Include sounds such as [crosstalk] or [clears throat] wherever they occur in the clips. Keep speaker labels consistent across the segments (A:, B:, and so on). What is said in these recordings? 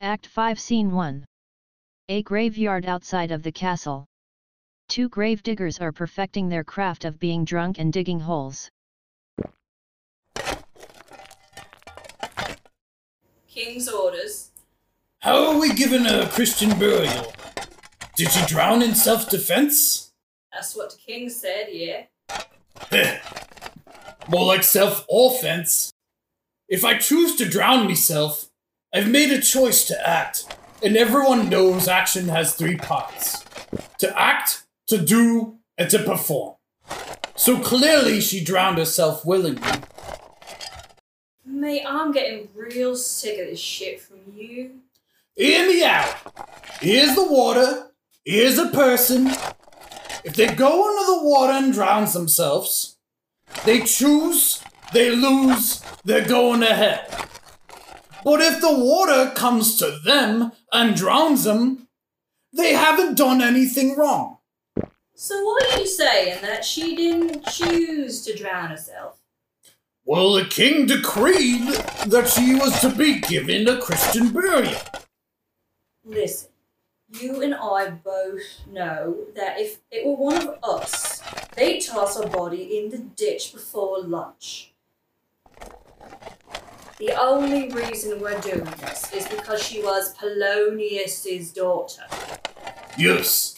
A: Act 5 Scene 1 A graveyard outside of the castle. Two grave diggers are perfecting their craft of being drunk and digging holes.
B: King's orders.
C: How are we given a Christian burial? Did she drown in self defense?
B: That's what the king said, yeah.
C: [laughs] More like self offense. If I choose to drown myself, I've made a choice to act, and everyone knows action has three parts to act, to do, and to perform. So clearly she drowned herself willingly.
B: Mate, I'm getting real sick of this shit from you.
C: Hear me out. Here's the water. Here's a person. If they go into the water and drown themselves, they choose, they lose, they're going to hell. But if the water comes to them and drowns them, they haven't done anything wrong.
B: So what are you saying that she didn't choose to drown herself?
C: Well, the king decreed that she was to be given a Christian burial.
B: Listen, you and I both know that if it were one of us, they'd toss our body in the ditch before lunch. The only reason we're doing this is because she was Polonius's daughter.
C: Yes.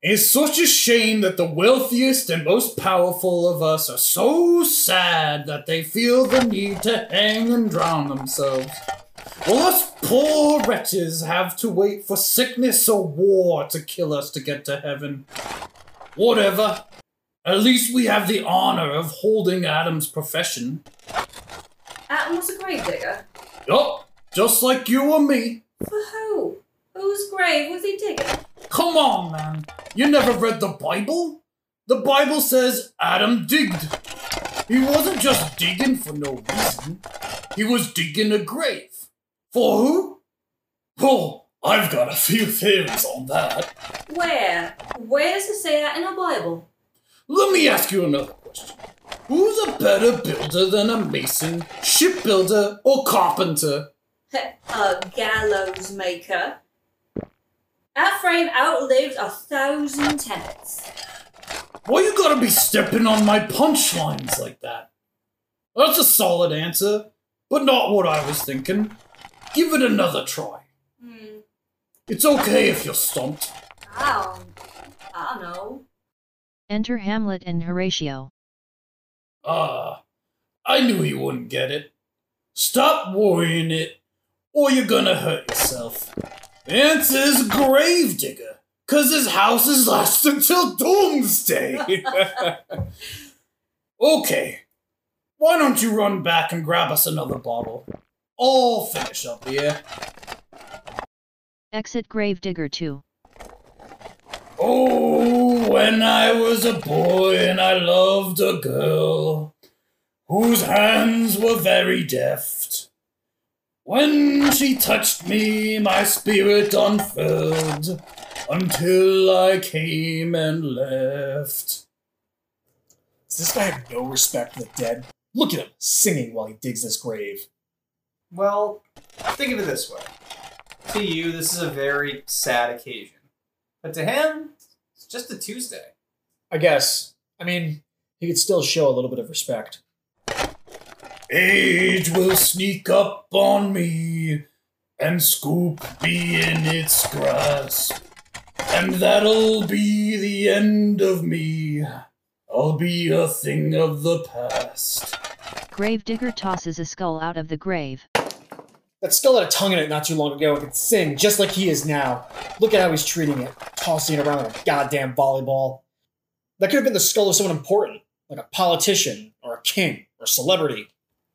C: It's such a shame that the wealthiest and most powerful of us are so sad that they feel the need to hang and drown themselves. While us poor wretches have to wait for sickness or war to kill us to get to heaven. Whatever. At least we have the honor of holding Adam's profession.
B: Adam was a grave digger.
C: Yup, just like you or me.
B: For who? Whose grave was he digging?
C: Come on, man. You never read the Bible? The Bible says Adam digged. He wasn't just digging for no reason. He was digging a grave. For who? Oh, I've got a few theories on that.
B: Where? Where does it say that in the Bible?
C: Let me ask you another question. Who's a better builder than a mason, shipbuilder, or carpenter?
B: a gallows maker. That frame outlived a thousand tenants.
C: Why you gotta be stepping on my punchlines like that? That's a solid answer, but not what I was thinking. Give it another try.
B: Hmm.
C: It's okay if you're stumped.
B: I don't, I don't know.
A: Enter Hamlet and Horatio.
C: Ah, I knew you wouldn't get it. Stop worrying it, or you're gonna hurt yourself. Answer's Gravedigger, cause his house is lost until doomsday. [laughs] okay, why don't you run back and grab us another bottle? I'll finish up here.
A: Exit Gravedigger 2.
C: Oh, when I was a boy and I loved a girl whose hands were very deft. When she touched me, my spirit unfurled until I came and left.
D: Does this guy have no respect for the dead? Look at him singing while he digs this grave.
E: Well, think of it this way. To you, this is a very sad occasion. But to him, it's just a Tuesday.
D: I guess. I mean, he could still show a little bit of respect.
C: Age will sneak up on me and scoop me in its grasp. And that'll be the end of me. I'll be a thing of the past.
A: Gravedigger tosses a skull out of the grave.
D: That skull had a tongue in it not too long ago and could sing just like he is now. Look at how he's treating it, tossing it around like a goddamn volleyball. That could have been the skull of someone important, like a politician or a king or a celebrity.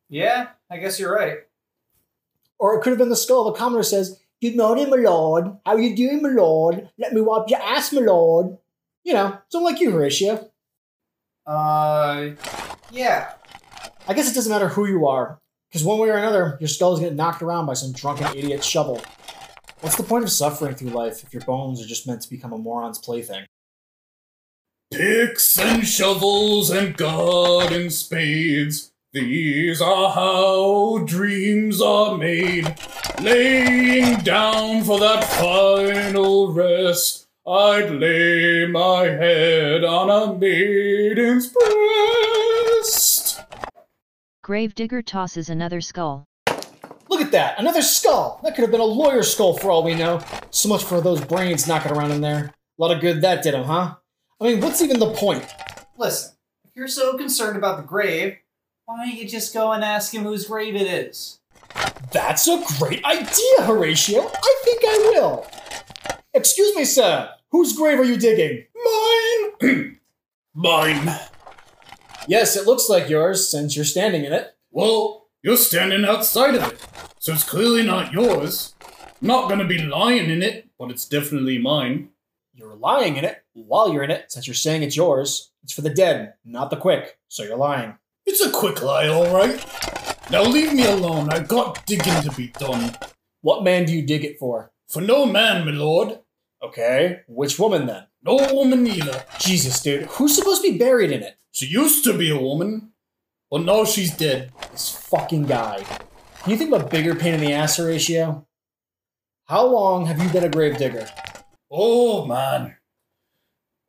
E: Yeah, I guess you're right.
D: Or it could have been the skull of a commoner who says, Good morning, my lord. How you doing, my lord? Let me wipe your ass, my lord. You know, someone like you, Horatio.
E: Uh, yeah.
D: I guess it doesn't matter who you are, because one way or another, your skull is getting knocked around by some drunken idiot shovel. What's the point of suffering through life if your bones are just meant to become a moron's plaything?
C: Picks and shovels and garden spades. These are how dreams are made. Laying down for that final rest, I'd lay my head on a maiden's breast. [clears throat]
A: Gravedigger tosses another skull.
D: Look at that, another skull. That could have been a lawyer's skull for all we know. So much for those brains knocking around in there. A lot of good that did him, huh? I mean, what's even the point?
E: Listen, if you're so concerned about the grave, why don't you just go and ask him whose grave it is?
D: That's a great idea, Horatio. I think I will. Excuse me, sir. Whose grave are you digging?
C: Mine! Mine.
D: Yes, it looks like yours since you're standing in it.
C: Well, you're standing outside of it, so it's clearly not yours. I'm not gonna be lying in it, but it's definitely mine.
D: You're lying in it while you're in it since you're saying it's yours. It's for the dead, not the quick, so you're lying.
C: It's a quick lie, alright? Now leave me alone, I've got digging to be done.
D: What man do you dig it for?
C: For no man, my lord.
D: Okay, which woman then?
C: No woman either.
D: Jesus, dude, who's supposed to be buried in it?
C: She used to be a woman, but now she's dead.
D: This fucking guy. Can you think of a bigger pain in the ass, Horatio? How long have you been a gravedigger?
C: Oh man.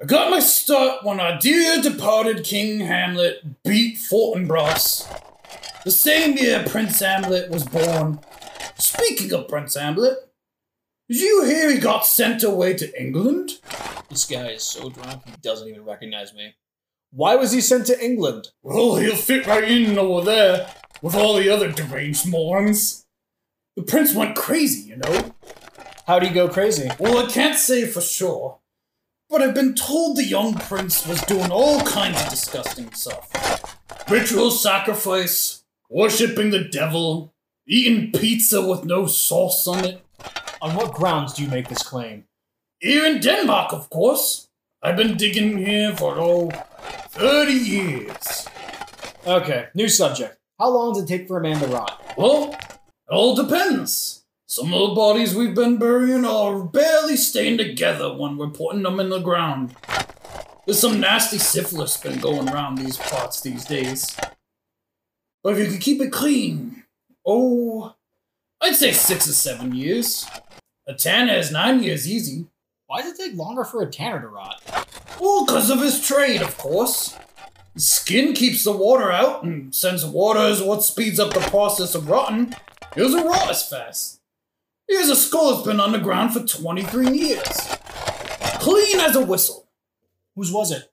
C: I got my start when our dear departed King Hamlet beat Fortinbras. The same year Prince Hamlet was born. Speaking of Prince Hamlet, did you hear he got sent away to England?
D: This guy is so drunk he doesn't even recognize me. Why was he sent to England?
C: Well, he'll fit right in over there with all the other deranged morons. The prince went crazy, you know.
D: How'd he go crazy?
C: Well, I can't say for sure, but I've been told the young prince was doing all kinds of disgusting stuff ritual sacrifice, worshipping the devil, eating pizza with no sauce on it.
D: On what grounds do you make this claim?
C: Here in Denmark, of course. I've been digging here for, oh, 30 years.
D: Okay, new subject. How long does it take for a man to rot?
C: Well, it all depends. Some of the bodies we've been burying are barely staying together when we're putting them in the ground. There's some nasty syphilis been going around these parts these days. But if you can keep it clean, oh, I'd say six or seven years. A tanner is nine years easy.
D: Why does it take longer for a tanner to rot?
C: All because of his trade, of course. His skin keeps the water out, and since water is what speeds up the process of rotting, he doesn't rot as fast. Here's a skull that's been underground for 23 years. Clean as a whistle.
D: Whose was it?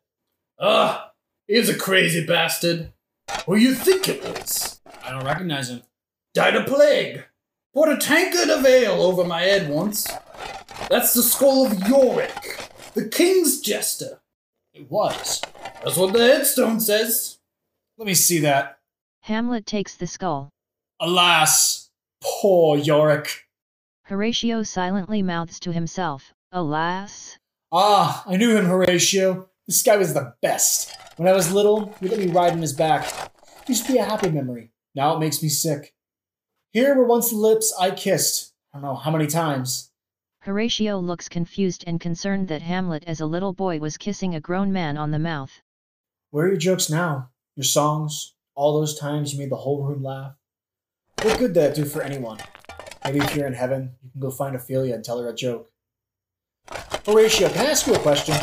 C: Ugh, here's a crazy bastard. Who you think it was?
D: I don't recognize him.
C: Died of plague. Poured a tankard of ale over my head once. That's the skull of Yorick, the king's jester.
D: It was.
C: That's what the headstone says.
D: Let me see that.
A: Hamlet takes the skull.
D: Alas, poor Yorick.
A: Horatio silently mouths to himself, Alas!
D: Ah, I knew him, Horatio. This guy was the best. When I was little, he let me ride on his back. Used to be a happy memory. Now it makes me sick. Here were once the lips I kissed. I don't know how many times.
A: Horatio looks confused and concerned that Hamlet as a little boy was kissing a grown man on the mouth.
D: Where are your jokes now? Your songs? All those times you made the whole room laugh? What good did that do for anyone? Maybe if you're in heaven, you can go find Ophelia and tell her a joke. Horatio, can I ask you a question?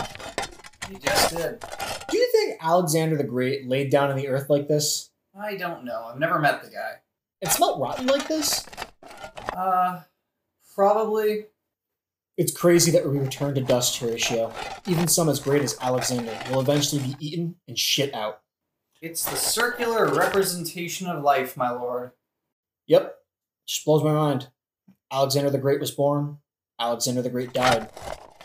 E: You just did.
D: Do you think Alexander the Great laid down on the earth like this?
E: I don't know. I've never met the guy.
D: It smelled rotten like this?
E: Uh, probably.
D: It's crazy that we return to dust, Horatio. Even some as great as Alexander will eventually be eaten and shit out.
E: It's the circular representation of life, my lord.
D: Yep. Just blows my mind. Alexander the Great was born. Alexander the Great died.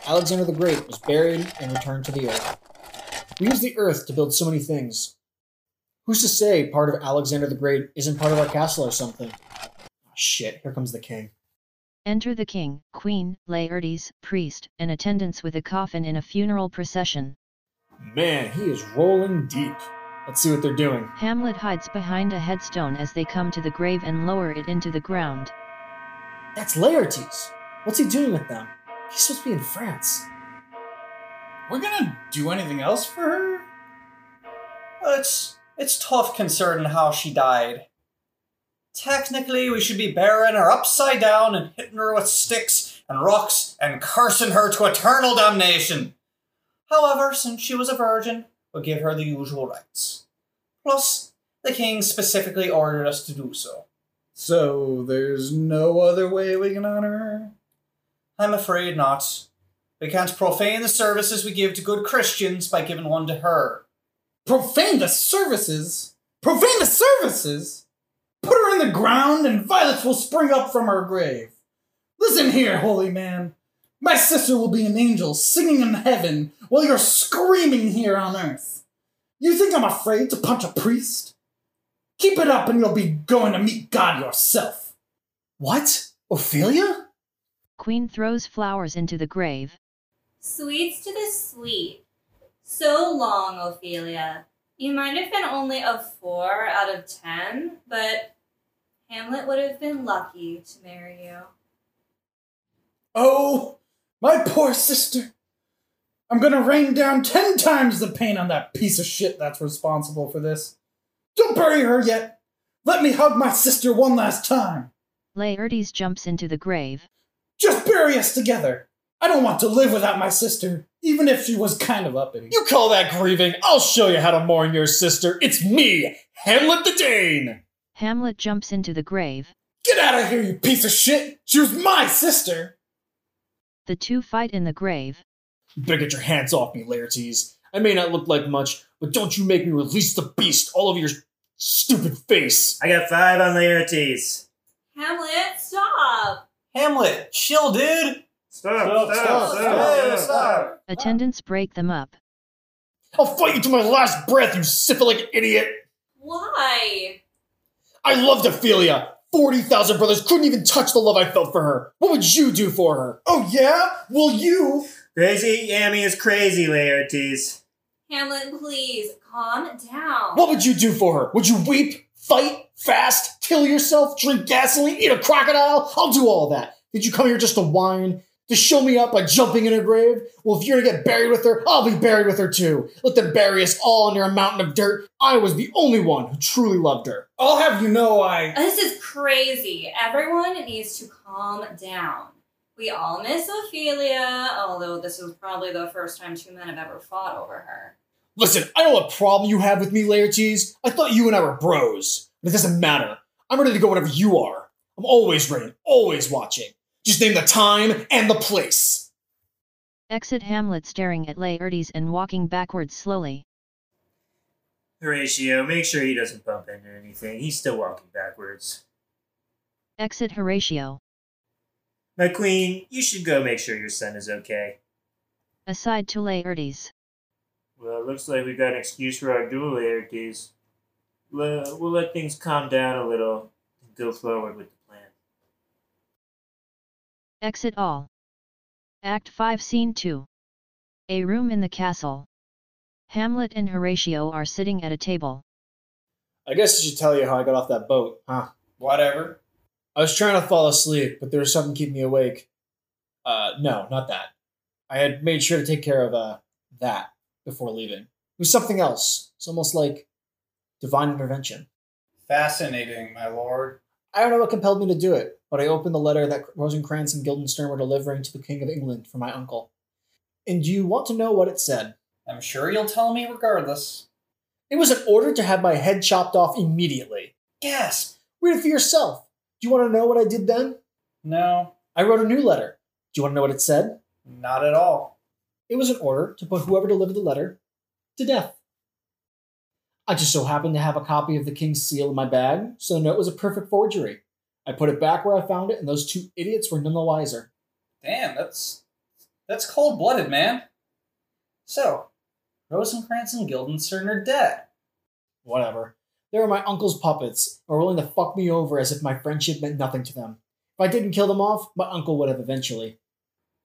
D: Alexander the Great was buried and returned to the earth. We use the earth to build so many things. Who's to say part of Alexander the Great isn't part of our castle or something? Oh, shit, here comes the king.
A: Enter the king, queen, laertes, priest, and attendants with a coffin in a funeral procession.
D: Man, he is rolling deep. Let's see what they're doing.
A: Hamlet hides behind a headstone as they come to the grave and lower it into the ground.
D: That's Laertes. What's he doing with them? He's supposed to be in France.
C: We're gonna do anything else for her?
E: Let's It's tough concerning how she died. Technically, we should be burying her upside down and hitting her with sticks and rocks and cursing her to eternal damnation. However, since she was a virgin, we'll give her the usual rites. Plus, the king specifically ordered us to do so.
C: So there's no other way we can honor her.
E: I'm afraid not. We can't profane the services we give to good Christians by giving one to her.
C: Profane the services. Profane the services. Put her in the ground, and violets will spring up from her grave. Listen here, holy man. My sister will be an angel singing in heaven while you're screaming here on earth. You think I'm afraid to punch a priest? Keep it up and you'll be going to meet God yourself.
D: What? Ophelia?
A: Queen throws flowers into the grave.
B: Sweets to the sweet. So long, Ophelia. You might have been only a four out of ten, but Hamlet would have been lucky to marry you.
C: Oh, my poor sister. I'm gonna rain down ten times the pain on that piece of shit that's responsible for this. Don't bury her yet. Let me hug my sister one last time.
A: Laertes jumps into the grave.
C: Just bury us together. I don't want to live without my sister, even if she was kind of uppity.
D: You call that grieving? I'll show you how to mourn your sister. It's me, Hamlet the Dane.
A: Hamlet jumps into the grave.
C: Get out of here, you piece of shit! She was my sister!
A: The two fight in the grave.
D: Better get your hands off me, Laertes. I may not look like much, but don't you make me release the beast all over your stupid face.
F: I got five on Laertes.
B: Hamlet, stop!
E: Hamlet, chill, dude!
F: Stop, stop, stop, stop,
E: Hey,
A: Attendants break them up.
D: I'll fight you to my last breath, you syphilic idiot.
B: Why?
D: I loved Ophelia. 40,000 brothers couldn't even touch the love I felt for her. What would you do for her?
C: Oh, yeah? Well, you.
F: Crazy Yami is crazy, Laertes.
B: Hamlet, please calm down.
D: What would you do for her? Would you weep, fight, fast, kill yourself, drink gasoline, eat a crocodile? I'll do all that. Did you come here just to whine? To show me up by jumping in her grave? Well, if you're gonna get buried with her, I'll be buried with her too. Let them bury us all under a mountain of dirt. I was the only one who truly loved her.
C: I'll have you know I.
B: This is crazy. Everyone needs to calm down. We all miss Ophelia, although this is probably the first time two men have ever fought over her.
D: Listen, I know what problem you have with me, Laertes. I thought you and I were bros. But it doesn't matter. I'm ready to go whenever you are. I'm always ready, always watching. Just name the time and the place.
A: Exit Hamlet staring at Laertes and walking backwards slowly.
F: Horatio, make sure he doesn't bump into anything. He's still walking backwards.
A: Exit Horatio.
F: My queen, you should go make sure your son is okay.
A: Aside to Laertes.
F: Well, it looks like we got an excuse for our duel, Laertes. Le- we'll let things calm down a little and go forward with the plan.
A: Exit all. Act 5 Scene 2. A room in the castle. Hamlet and Horatio are sitting at a table.
D: I guess I should tell you how I got off that boat, huh?
E: Whatever.
D: I was trying to fall asleep, but there was something keeping me awake. Uh, no, not that. I had made sure to take care of, uh, that before leaving. It was something else. It's almost like divine intervention.
E: Fascinating, my lord.
D: I don't know what compelled me to do it, but I opened the letter that Rosencrantz and Guildenstern were delivering to the King of England from my uncle. And you want to know what it said?
E: I'm sure you'll tell me regardless.
D: It was an order to have my head chopped off immediately.
E: Gasp!
D: Read it for yourself. Do you want to know what I did then?
E: No,
D: I wrote a new letter. Do you want to know what it said?
E: not at all.
D: It was an order to put whoever delivered the letter to death. I just so happened to have a copy of the king's seal in my bag, so the note was a perfect forgery. I put it back where I found it, and those two idiots were none the wiser.
E: Damn, that's that's cold blooded, man. So, Rosencrantz and Guildenstern are dead.
D: Whatever. They were my uncle's puppets, and were willing to fuck me over as if my friendship meant nothing to them. If I didn't kill them off, my uncle would have eventually.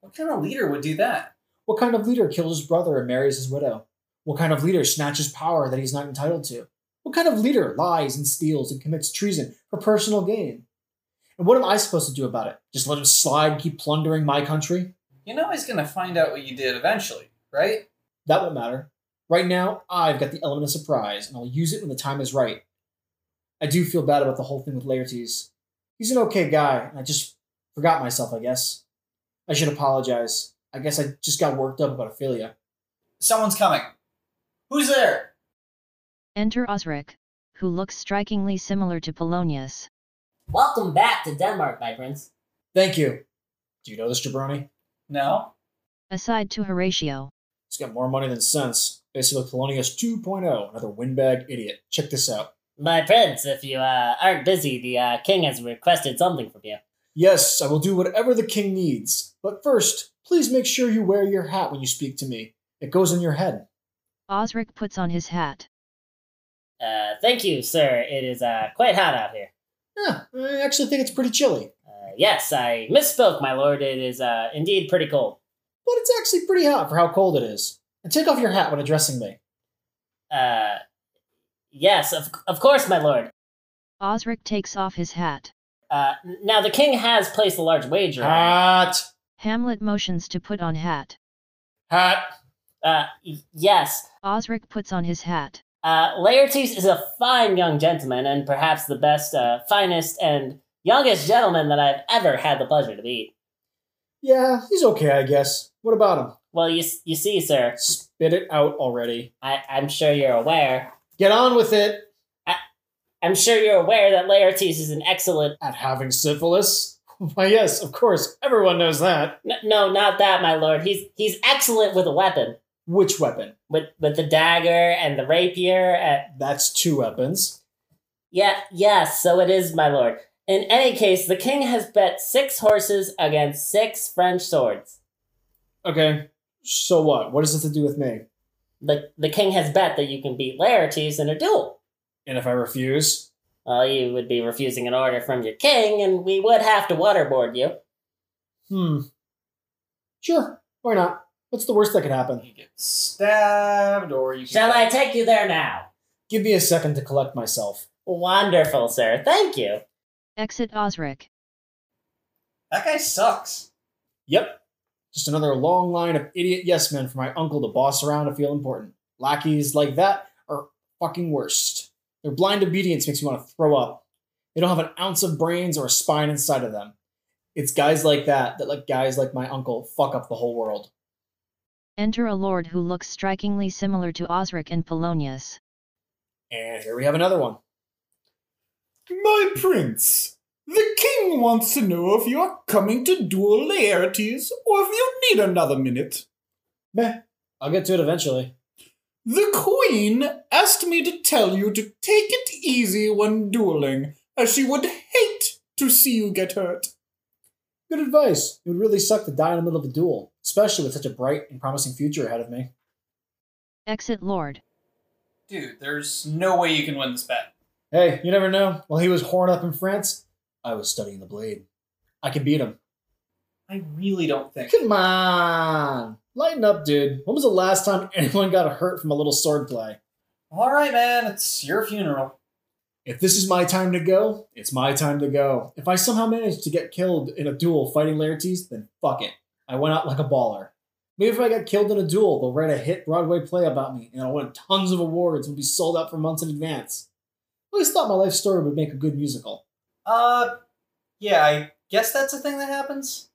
E: What kind of leader would do that?
D: What kind of leader kills his brother and marries his widow? What kind of leader snatches power that he's not entitled to? What kind of leader lies and steals and commits treason for personal gain? And what am I supposed to do about it? Just let him slide and keep plundering my country?
E: You know he's gonna find out what you did eventually, right?
D: That won't matter. Right now, I've got the element of surprise, and I'll use it when the time is right. I do feel bad about the whole thing with Laertes. He's an okay guy, and I just forgot myself, I guess. I should apologize. I guess I just got worked up about Ophelia.
E: Someone's coming. Who's there?
A: Enter Osric, who looks strikingly similar to Polonius.
G: Welcome back to Denmark, my prince.
D: Thank you. Do you know this jabroni?
E: No.
A: Aside to Horatio.
D: He's got more money than sense. Basically, Polonius 2.0, oh, another windbag idiot. Check this out.
G: My prince, if you uh, aren't busy, the uh, king has requested something from you.
D: Yes, I will do whatever the king needs. But first, please make sure you wear your hat when you speak to me. It goes on your head.
A: Osric puts on his hat.
G: Uh, thank you, sir. It is uh, quite hot out here.
D: Yeah, I actually think it's pretty chilly.
G: Uh, yes, I misspoke, my lord. It is uh, indeed pretty cold.
D: But it's actually pretty hot for how cold it is. And take off your hat when addressing me.
G: Uh, yes, of, of course, my lord.
A: Osric takes off his hat.
G: Uh, n- now the king has placed a large wager. on
D: Hat!
A: Hamlet motions to put on hat.
D: Hat!
G: it. Uh, y- yes.
A: Osric puts on his hat.
G: Uh, Laertes is a fine young gentleman, and perhaps the best, uh, finest, and youngest gentleman that I've ever had the pleasure to meet.
D: Yeah, he's okay, I guess. What about him?
G: Well, you s- you see, sir,
D: Spit it out already.
G: I, I'm sure you're aware.
D: Get on with it!
G: I'm sure you're aware that Laertes is an excellent.
D: At having syphilis? [laughs] Why, yes, of course. Everyone knows that.
G: N- no, not that, my lord. He's he's excellent with a weapon,
D: Which weapon?
G: with with the dagger and the rapier. And,
D: That's two weapons.
G: yeah, yes. So it is, my lord. In any case, the king has bet six horses against six French swords.
D: Okay. So what? What does this to do with me?
G: The the king has bet that you can beat Laertes in a duel.
D: And if I refuse?
G: Well, you would be refusing an order from your king, and we would have to waterboard you.
D: Hmm. Sure. Why not? What's the worst that could happen?
E: You get stabbed, or you.
G: Shall I take you there now?
D: Give me a second to collect myself.
G: Wonderful, sir. Thank you.
A: Exit Osric.
E: That guy sucks.
D: Yep. Just another long line of idiot yes men for my uncle to boss around to feel important. Lackeys like that are fucking worst. Their blind obedience makes me want to throw up. They don't have an ounce of brains or a spine inside of them. It's guys like that that let guys like my uncle fuck up the whole world.
A: Enter a lord who looks strikingly similar to Osric and Polonius.
D: And here we have another one.
C: My prince, the king wants to know if you are coming to duel Laertes or if you need another minute.
D: Meh. I'll get to it eventually.
C: The queen asked me to tell you to take it easy when dueling, as she would hate to see you get hurt.
D: Good advice. It would really suck to die in the middle of a duel, especially with such a bright and promising future ahead of me.
A: Exit Lord.
E: Dude, there's no way you can win this bet.
D: Hey, you never know. While he was horned up in France, I was studying the blade. I can beat him.
E: I really don't think.
D: Come on. Lighten up, dude. When was the last time [laughs] anyone got hurt from a little swordplay?
E: All right, man, it's your funeral.
D: If this is my time to go, it's my time to go. If I somehow manage to get killed in a duel fighting Laertes, then fuck it. I went out like a baller. Maybe if I got killed in a duel, they'll write a hit Broadway play about me, and I'll win tons of awards and be sold out for months in advance. I always thought my life story would make a good musical.
E: Uh, yeah, I guess that's a thing that happens.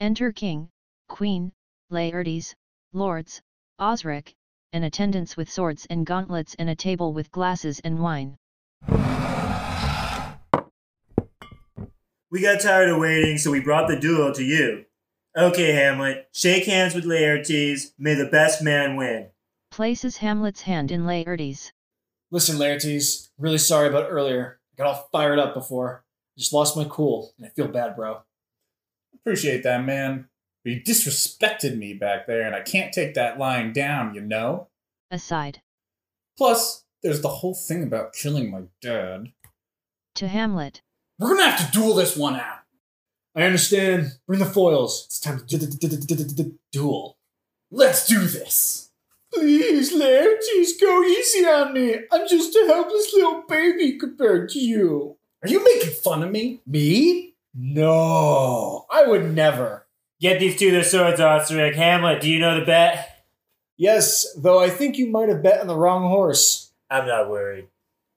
A: Enter King, Queen, Laertes, Lords, Osric, and attendants with swords and gauntlets and a table with glasses and wine.
F: We got tired of waiting, so we brought the duel to you. Okay, Hamlet, shake hands with Laertes. May the best man win.
A: Places Hamlet's hand in Laertes.
D: Listen, Laertes, really sorry about earlier. I got all fired up before. I just lost my cool, and I feel bad, bro.
C: Appreciate that, man. But you disrespected me back there, and I can't take that lying down, you know?
A: Aside.
C: Plus, there's the whole thing about killing my dad.
A: To Hamlet.
C: We're gonna have to duel this one out.
D: I understand. Bring the foils. It's time to du- du- du- du- du- du- du- duel.
C: Let's do this.
D: Please, Laertes, go easy on me. I'm just a helpless little baby compared to you.
C: Are you making fun of me?
D: Me? No, I would never.
F: Get these two their swords, Osric. Hamlet, do you know the bet?
D: Yes, though I think you might have bet on the wrong horse.
F: I'm not worried.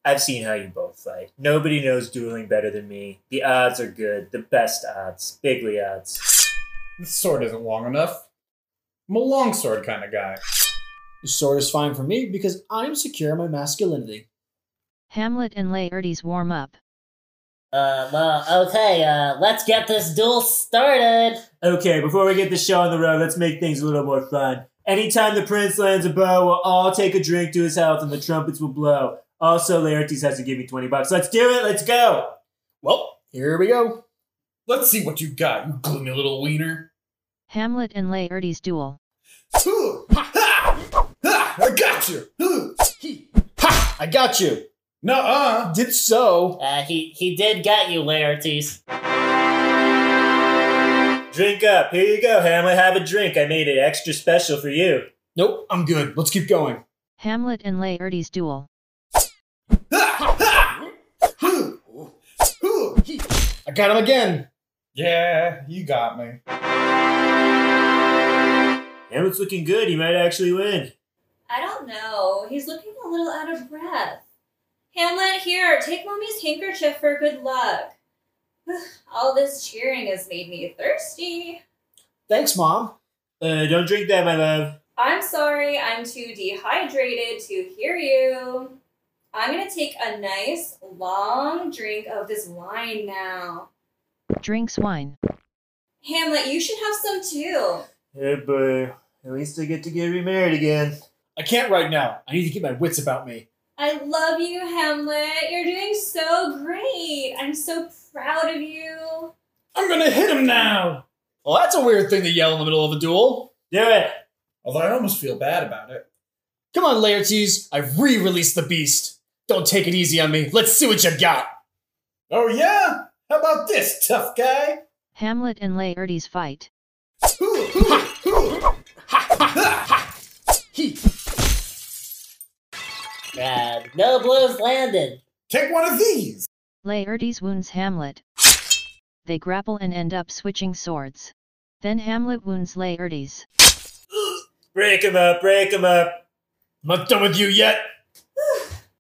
F: I've seen how you both fight. Nobody knows dueling better than me. The odds are good. The best odds. Bigly odds.
C: This sword isn't long enough. I'm a longsword kind of guy.
D: The sword is fine for me because I'm secure in my masculinity.
A: Hamlet and Laertes warm up.
G: Uh, well, okay, uh, let's get this duel started.
F: Okay, before we get the show on the road, let's make things a little more fun. Anytime the prince lands a bow, we'll all take a drink to his health and the trumpets will blow. Also, Laertes has to give me 20 bucks. Let's do it. Let's go.
C: Well,
D: Here we go.
C: let's see what you got, you gloomy little wiener.
A: Hamlet and Laertes duel.
C: Hoo! Ha! Ha! Ha! I got you. Hoo! Hee! Ha!
D: I got you.
C: Nuh-uh.
D: Did so.
G: Uh, he, he did get you, Laertes.
F: Drink up. Here you go, Hamlet. Have a drink. I made it extra special for you.
D: Nope, I'm good. Let's keep going.
A: Hamlet and Laertes duel.
C: Ha! Ha! Hoo! Hoo! Hee!
D: I got him again.
C: Yeah, you got me.
F: Hamlet's looking good. He might actually win.
B: I don't know. He's looking a little out of breath. Hamlet, here, take mommy's handkerchief for good luck. [sighs] All this cheering has made me thirsty.
D: Thanks, Mom.
F: Uh, don't drink that, my love.
B: I'm sorry, I'm too dehydrated to hear you. I'm gonna take a nice long drink of this wine now.
A: Drinks wine.
B: Hamlet, you should have some too.
F: Hey, boy. Uh, At least I get to get remarried again.
D: I can't right now. I need to keep my wits about me.
B: I love you, Hamlet. You're doing so great. I'm so proud of you.
C: I'm gonna hit him now.
D: Well, that's a weird thing to yell in the middle of a duel.
F: Do it.
C: Although I almost feel bad about it.
D: Come on, Laertes. I've re released the beast. Don't take it easy on me. Let's see what you got.
C: Oh yeah? How about this, tough guy?
A: Hamlet and Laertes fight.
C: Hoo! Hoo! Hoo! Ha! Ha! Ha! Hee!
G: Uh, no blows landed.
C: Take one of these.
A: Laertes wounds Hamlet. They grapple and end up switching swords. Then Hamlet wounds Laertes.
F: Break him up. Break him up.
D: I'm not done with you yet.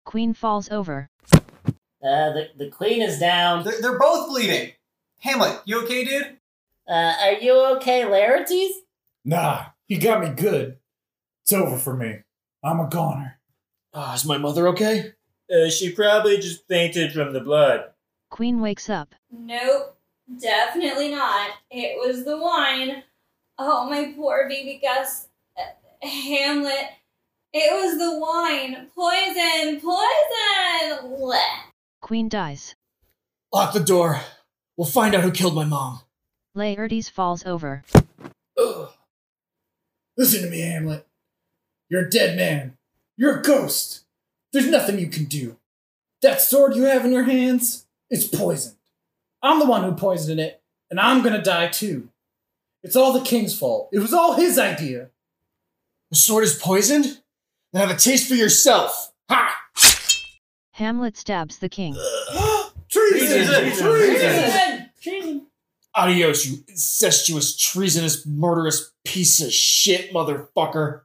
A: Queen falls over.
G: Uh, the, the queen is down.
E: They're, they're both bleeding. Hamlet, you okay, dude?
G: Uh, are you okay, Laertes?
C: Nah, he got me good. It's over for me. I'm a goner.
D: Ah, is my mother okay?
F: Uh, she probably just fainted from the blood.
A: Queen wakes up.
B: Nope, definitely not. It was the wine. Oh, my poor baby Gus. Uh, Hamlet. It was the wine. Poison, poison. Blech.
A: Queen dies.
D: Lock the door. We'll find out who killed my mom.
A: Laertes falls over.
C: Ugh. Listen to me, Hamlet. You're a dead man. You're a ghost. There's nothing you can do. That sword you have in your hands, it's poisoned. I'm the one who poisoned it, and I'm gonna die too. It's all the king's fault. It was all his idea.
D: The sword is poisoned? Then have a taste for yourself. Ha!
A: Hamlet stabs the king.
C: Treason!
E: Treason!
C: Treason!
D: Adios, you incestuous, treasonous, murderous piece of shit, motherfucker.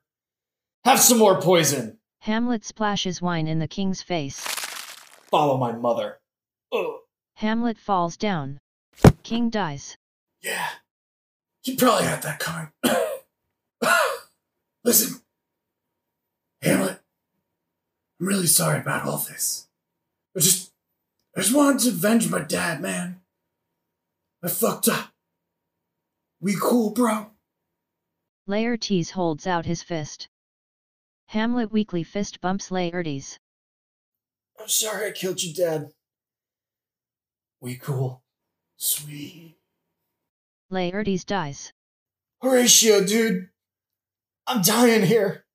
D: Have some more poison.
A: Hamlet splashes wine in the king's face.
D: Follow my mother. Ugh.
A: Hamlet falls down. King dies.
C: Yeah. He probably had that coming. [coughs] Listen, Hamlet, I'm really sorry about all this. I just, I just wanted to avenge my dad, man. I fucked up. We cool, bro?
A: Laertes holds out his fist. Hamlet weakly fist bumps Laertes.
D: I'm sorry I killed you, Dad. We cool.
C: Sweet.
A: Laertes dies.
D: Horatio, dude. I'm dying here.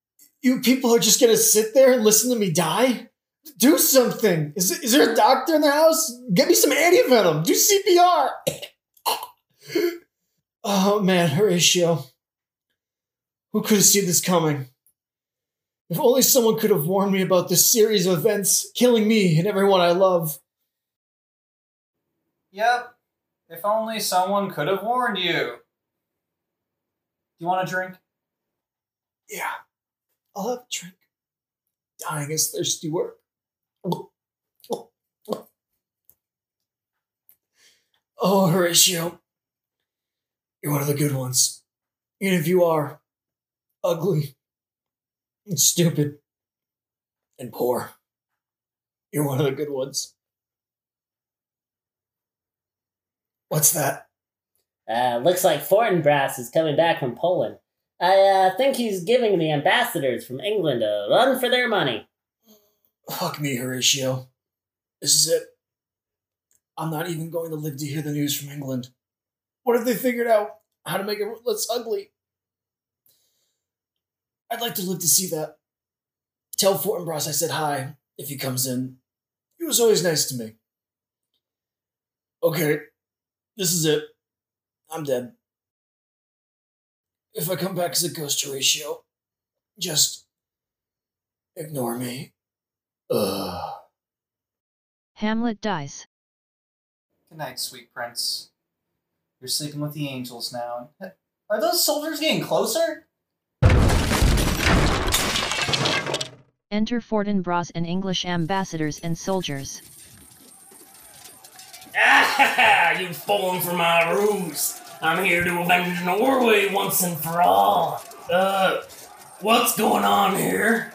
D: You people are just gonna sit there and listen to me die? Do something. Is, is there a doctor in the house? Get me some antivenom. Do CPR. [coughs] oh man, Horatio. Who could have seen this coming? If only someone could have warned me about this series of events killing me and everyone I love.
E: Yep. If only someone could have warned you. Do you want a drink?
D: Yeah. I'll have a drink. Dying is thirsty work. Oh, Horatio. You're one of the good ones. Even if you are ugly and stupid and poor, you're one of the good ones. What's that?
G: Uh, looks like Fortinbras is coming back from Poland. I uh, think he's giving the ambassadors from England a run for their money.
D: Fuck me, Horatio. This is it. I'm not even going to live to hear the news from England. What if they figured out how to make it less ugly? I'd like to live to see that. Tell Fortinbras I said hi if he comes in. He was always nice to me. Okay, this is it. I'm dead. If I come back as a ghost Horatio, just ignore me. Ugh.
A: Hamlet dies.
E: Good night, sweet prince. You're sleeping with the angels now. Are those soldiers getting closer?
A: Enter Fortinbras and English ambassadors and soldiers.
F: Ah, [laughs] you've fallen for my ruse. I'm here to avenge Norway once and for all. Uh, what's going on here?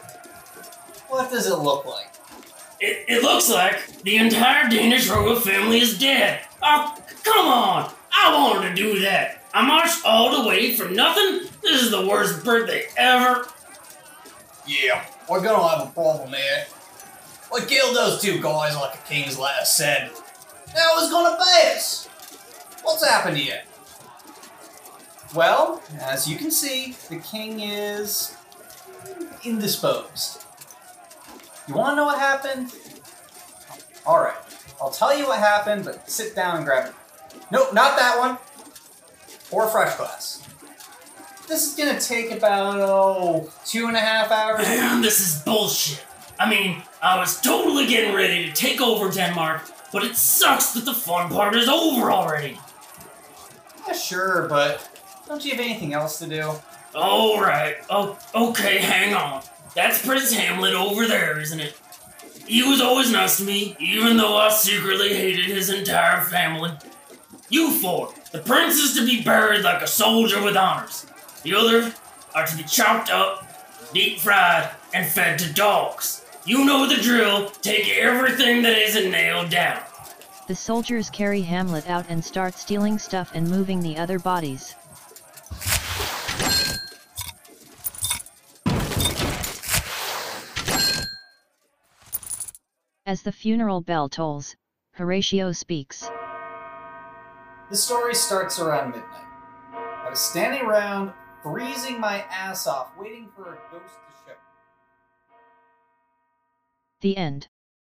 E: What does it look like?
F: It, it looks like the entire Danish royal family is dead. Oh, come on! I wanted to do that. I marched all the way from nothing. This is the worst birthday ever.
E: Yeah, we're gonna have a problem here. We killed those two guys like the king's letter said. Now who's gonna pay us? What's happened here? Well, as you can see, the king is indisposed. You wanna know what happened? Alright, I'll tell you what happened, but sit down and grab it. Nope, not that one. Or fresh glass. This is gonna take about, oh, two and a half hours.
F: Damn, this is bullshit. I mean, I was totally getting ready to take over Denmark, but it sucks that the fun part is over already.
E: Yeah, sure, but don't you have anything else to do?
F: All right. Oh, okay. Hang on. That's Prince Hamlet over there, isn't it? He was always nice to me, even though I secretly hated his entire family. You four, the prince is to be buried like a soldier with honors. The others are to be chopped up, deep fried, and fed to dogs. You know the drill. Take everything that isn't nailed down.
A: The soldiers carry Hamlet out and start stealing stuff and moving the other bodies. As the funeral bell tolls, Horatio speaks.
E: The story starts around midnight. I was standing around, freezing my ass off, waiting for a ghost to show.
A: The end.